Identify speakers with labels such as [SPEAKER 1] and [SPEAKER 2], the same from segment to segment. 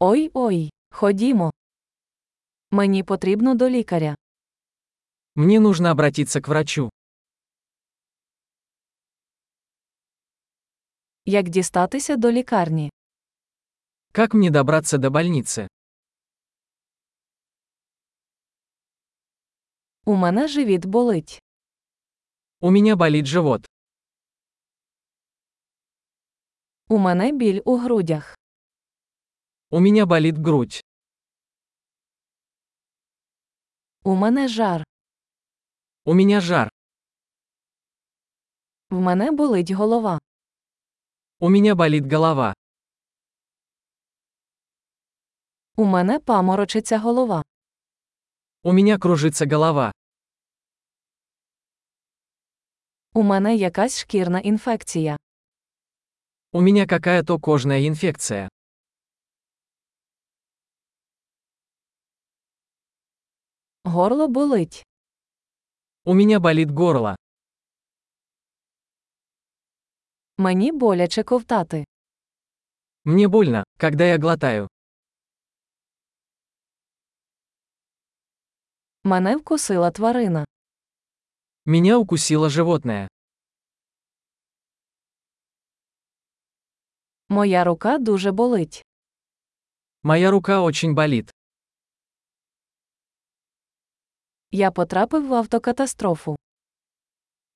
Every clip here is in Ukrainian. [SPEAKER 1] Ой ой, ходімо. Мені потрібно до лікаря.
[SPEAKER 2] Мне нужно обратиться к врачу.
[SPEAKER 1] Як дістатися до лікарні?
[SPEAKER 2] Как мне добраться до больницы?
[SPEAKER 1] У мене живіт болить.
[SPEAKER 2] У меня болит живот.
[SPEAKER 1] У мене біль у грудях.
[SPEAKER 2] У меня болит грудь.
[SPEAKER 1] У мене жар.
[SPEAKER 2] У меня жар.
[SPEAKER 1] В мене болить голова.
[SPEAKER 2] У меня болит голова.
[SPEAKER 1] У мене паморочиться голова.
[SPEAKER 2] У меня кружится голова.
[SPEAKER 1] У мене якась шкірна інфекція.
[SPEAKER 2] У меня какая-то кожная инфекция.
[SPEAKER 1] Горло болить.
[SPEAKER 2] У меня болит горло.
[SPEAKER 1] Мені боляче ковтати.
[SPEAKER 2] Мне больно, когда я глотаю.
[SPEAKER 1] Мене вкусила тварина.
[SPEAKER 2] Меня укусило животное.
[SPEAKER 1] Моя рука дуже болить.
[SPEAKER 2] Моя рука очень болит.
[SPEAKER 1] Я потрапив в автокатастрофу.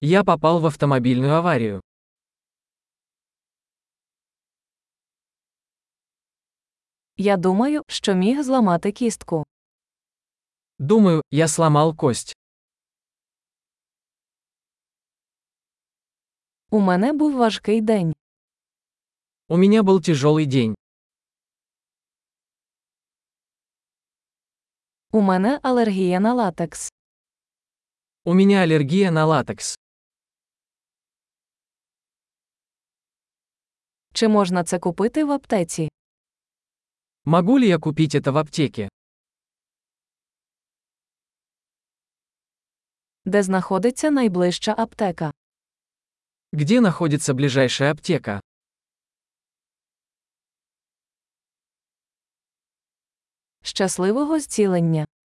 [SPEAKER 2] Я попал в автомобильную аварию.
[SPEAKER 1] Я думаю, що міг зламати кістку.
[SPEAKER 2] Думаю, я сломал кость.
[SPEAKER 1] У мене був важкий день.
[SPEAKER 2] У меня был тяжелый день.
[SPEAKER 1] У мене алергія на латекс.
[SPEAKER 2] У меня аллергия на латекс.
[SPEAKER 1] Чи можна це купити в аптеці?
[SPEAKER 2] Могу ли я купить это в аптеке?
[SPEAKER 1] Де знаходиться найближча аптека?
[SPEAKER 2] Где находится ближайшая аптека?
[SPEAKER 1] Щасливого зцілення!